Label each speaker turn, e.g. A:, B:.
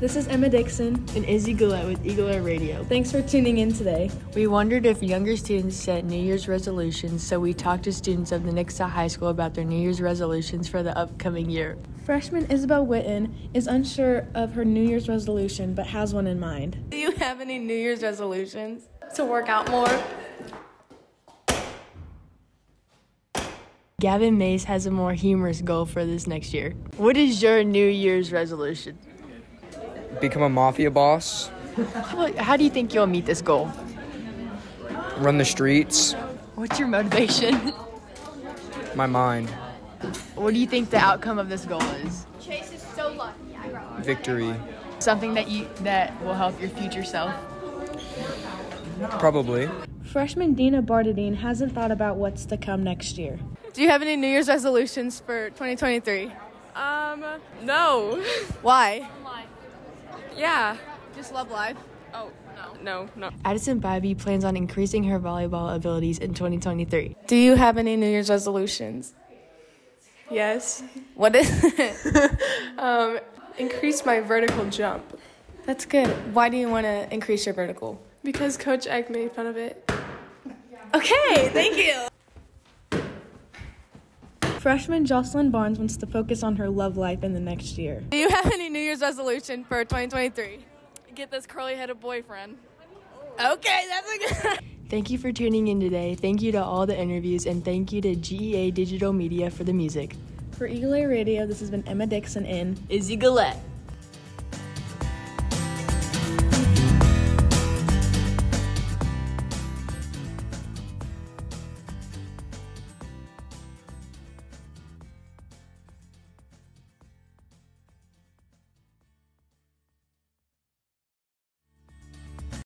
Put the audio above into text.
A: This is Emma Dixon.
B: and Izzy Gillette with Eagle Air Radio.
A: Thanks for tuning in today.
B: We wondered if younger students set New Year's resolutions, so we talked to students of the Nixa High School about their New Year's resolutions for the upcoming year.
A: Freshman Isabel Witten is unsure of her New Year's resolution but has one in mind.
C: Do you have any New Year's resolutions? To work out more?
B: Gavin Mays has a more humorous goal for this next year. What is your New Year's resolution?
D: become a mafia boss,
B: How, how do you think you'll meet this goal?
D: run the streets,
B: What's your motivation?
D: my mind,
B: what do you think the outcome of this goal is?
E: Chase is so lucky. I brought
D: victory,
B: Something that you that will help your future self.
D: probably.
A: Freshman Dina Bardadine hasn't thought about what's to come next year.
C: Do you have any New Year's resolutions for 2023? Um, no. Why? Yeah. Just love life. Oh, no. No, no.
B: Addison Bybee plans on increasing her volleyball abilities in 2023.
C: Do you have any New Year's resolutions?
F: Yes.
C: What is it?
F: Um, increase my vertical jump
C: That's good. Why do you want to increase your vertical?
F: because Coach Egg made fun of it.
C: Okay, thank you.
A: Freshman Jocelyn Barnes wants to focus on her love life in the next year.
C: Do you have any New Year's resolution for 2023? Get this curly headed boyfriend. Okay, that's a good.
B: Thank you for tuning in today. Thank you to all the interviews, and thank you to GEA Digital Media for the music.
A: For Eagle Eye Radio, this has been Emma Dixon in
B: Izzy Gillette.